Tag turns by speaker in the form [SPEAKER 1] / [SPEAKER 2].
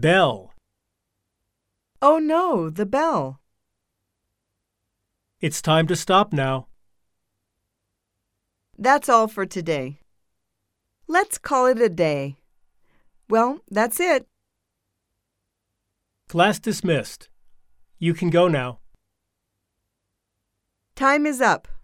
[SPEAKER 1] Bell.
[SPEAKER 2] Oh no, the bell.
[SPEAKER 1] It's time to stop now.
[SPEAKER 2] That's all for today. Let's call it a day. Well, that's it.
[SPEAKER 1] Class dismissed. You can go now.
[SPEAKER 2] Time is up.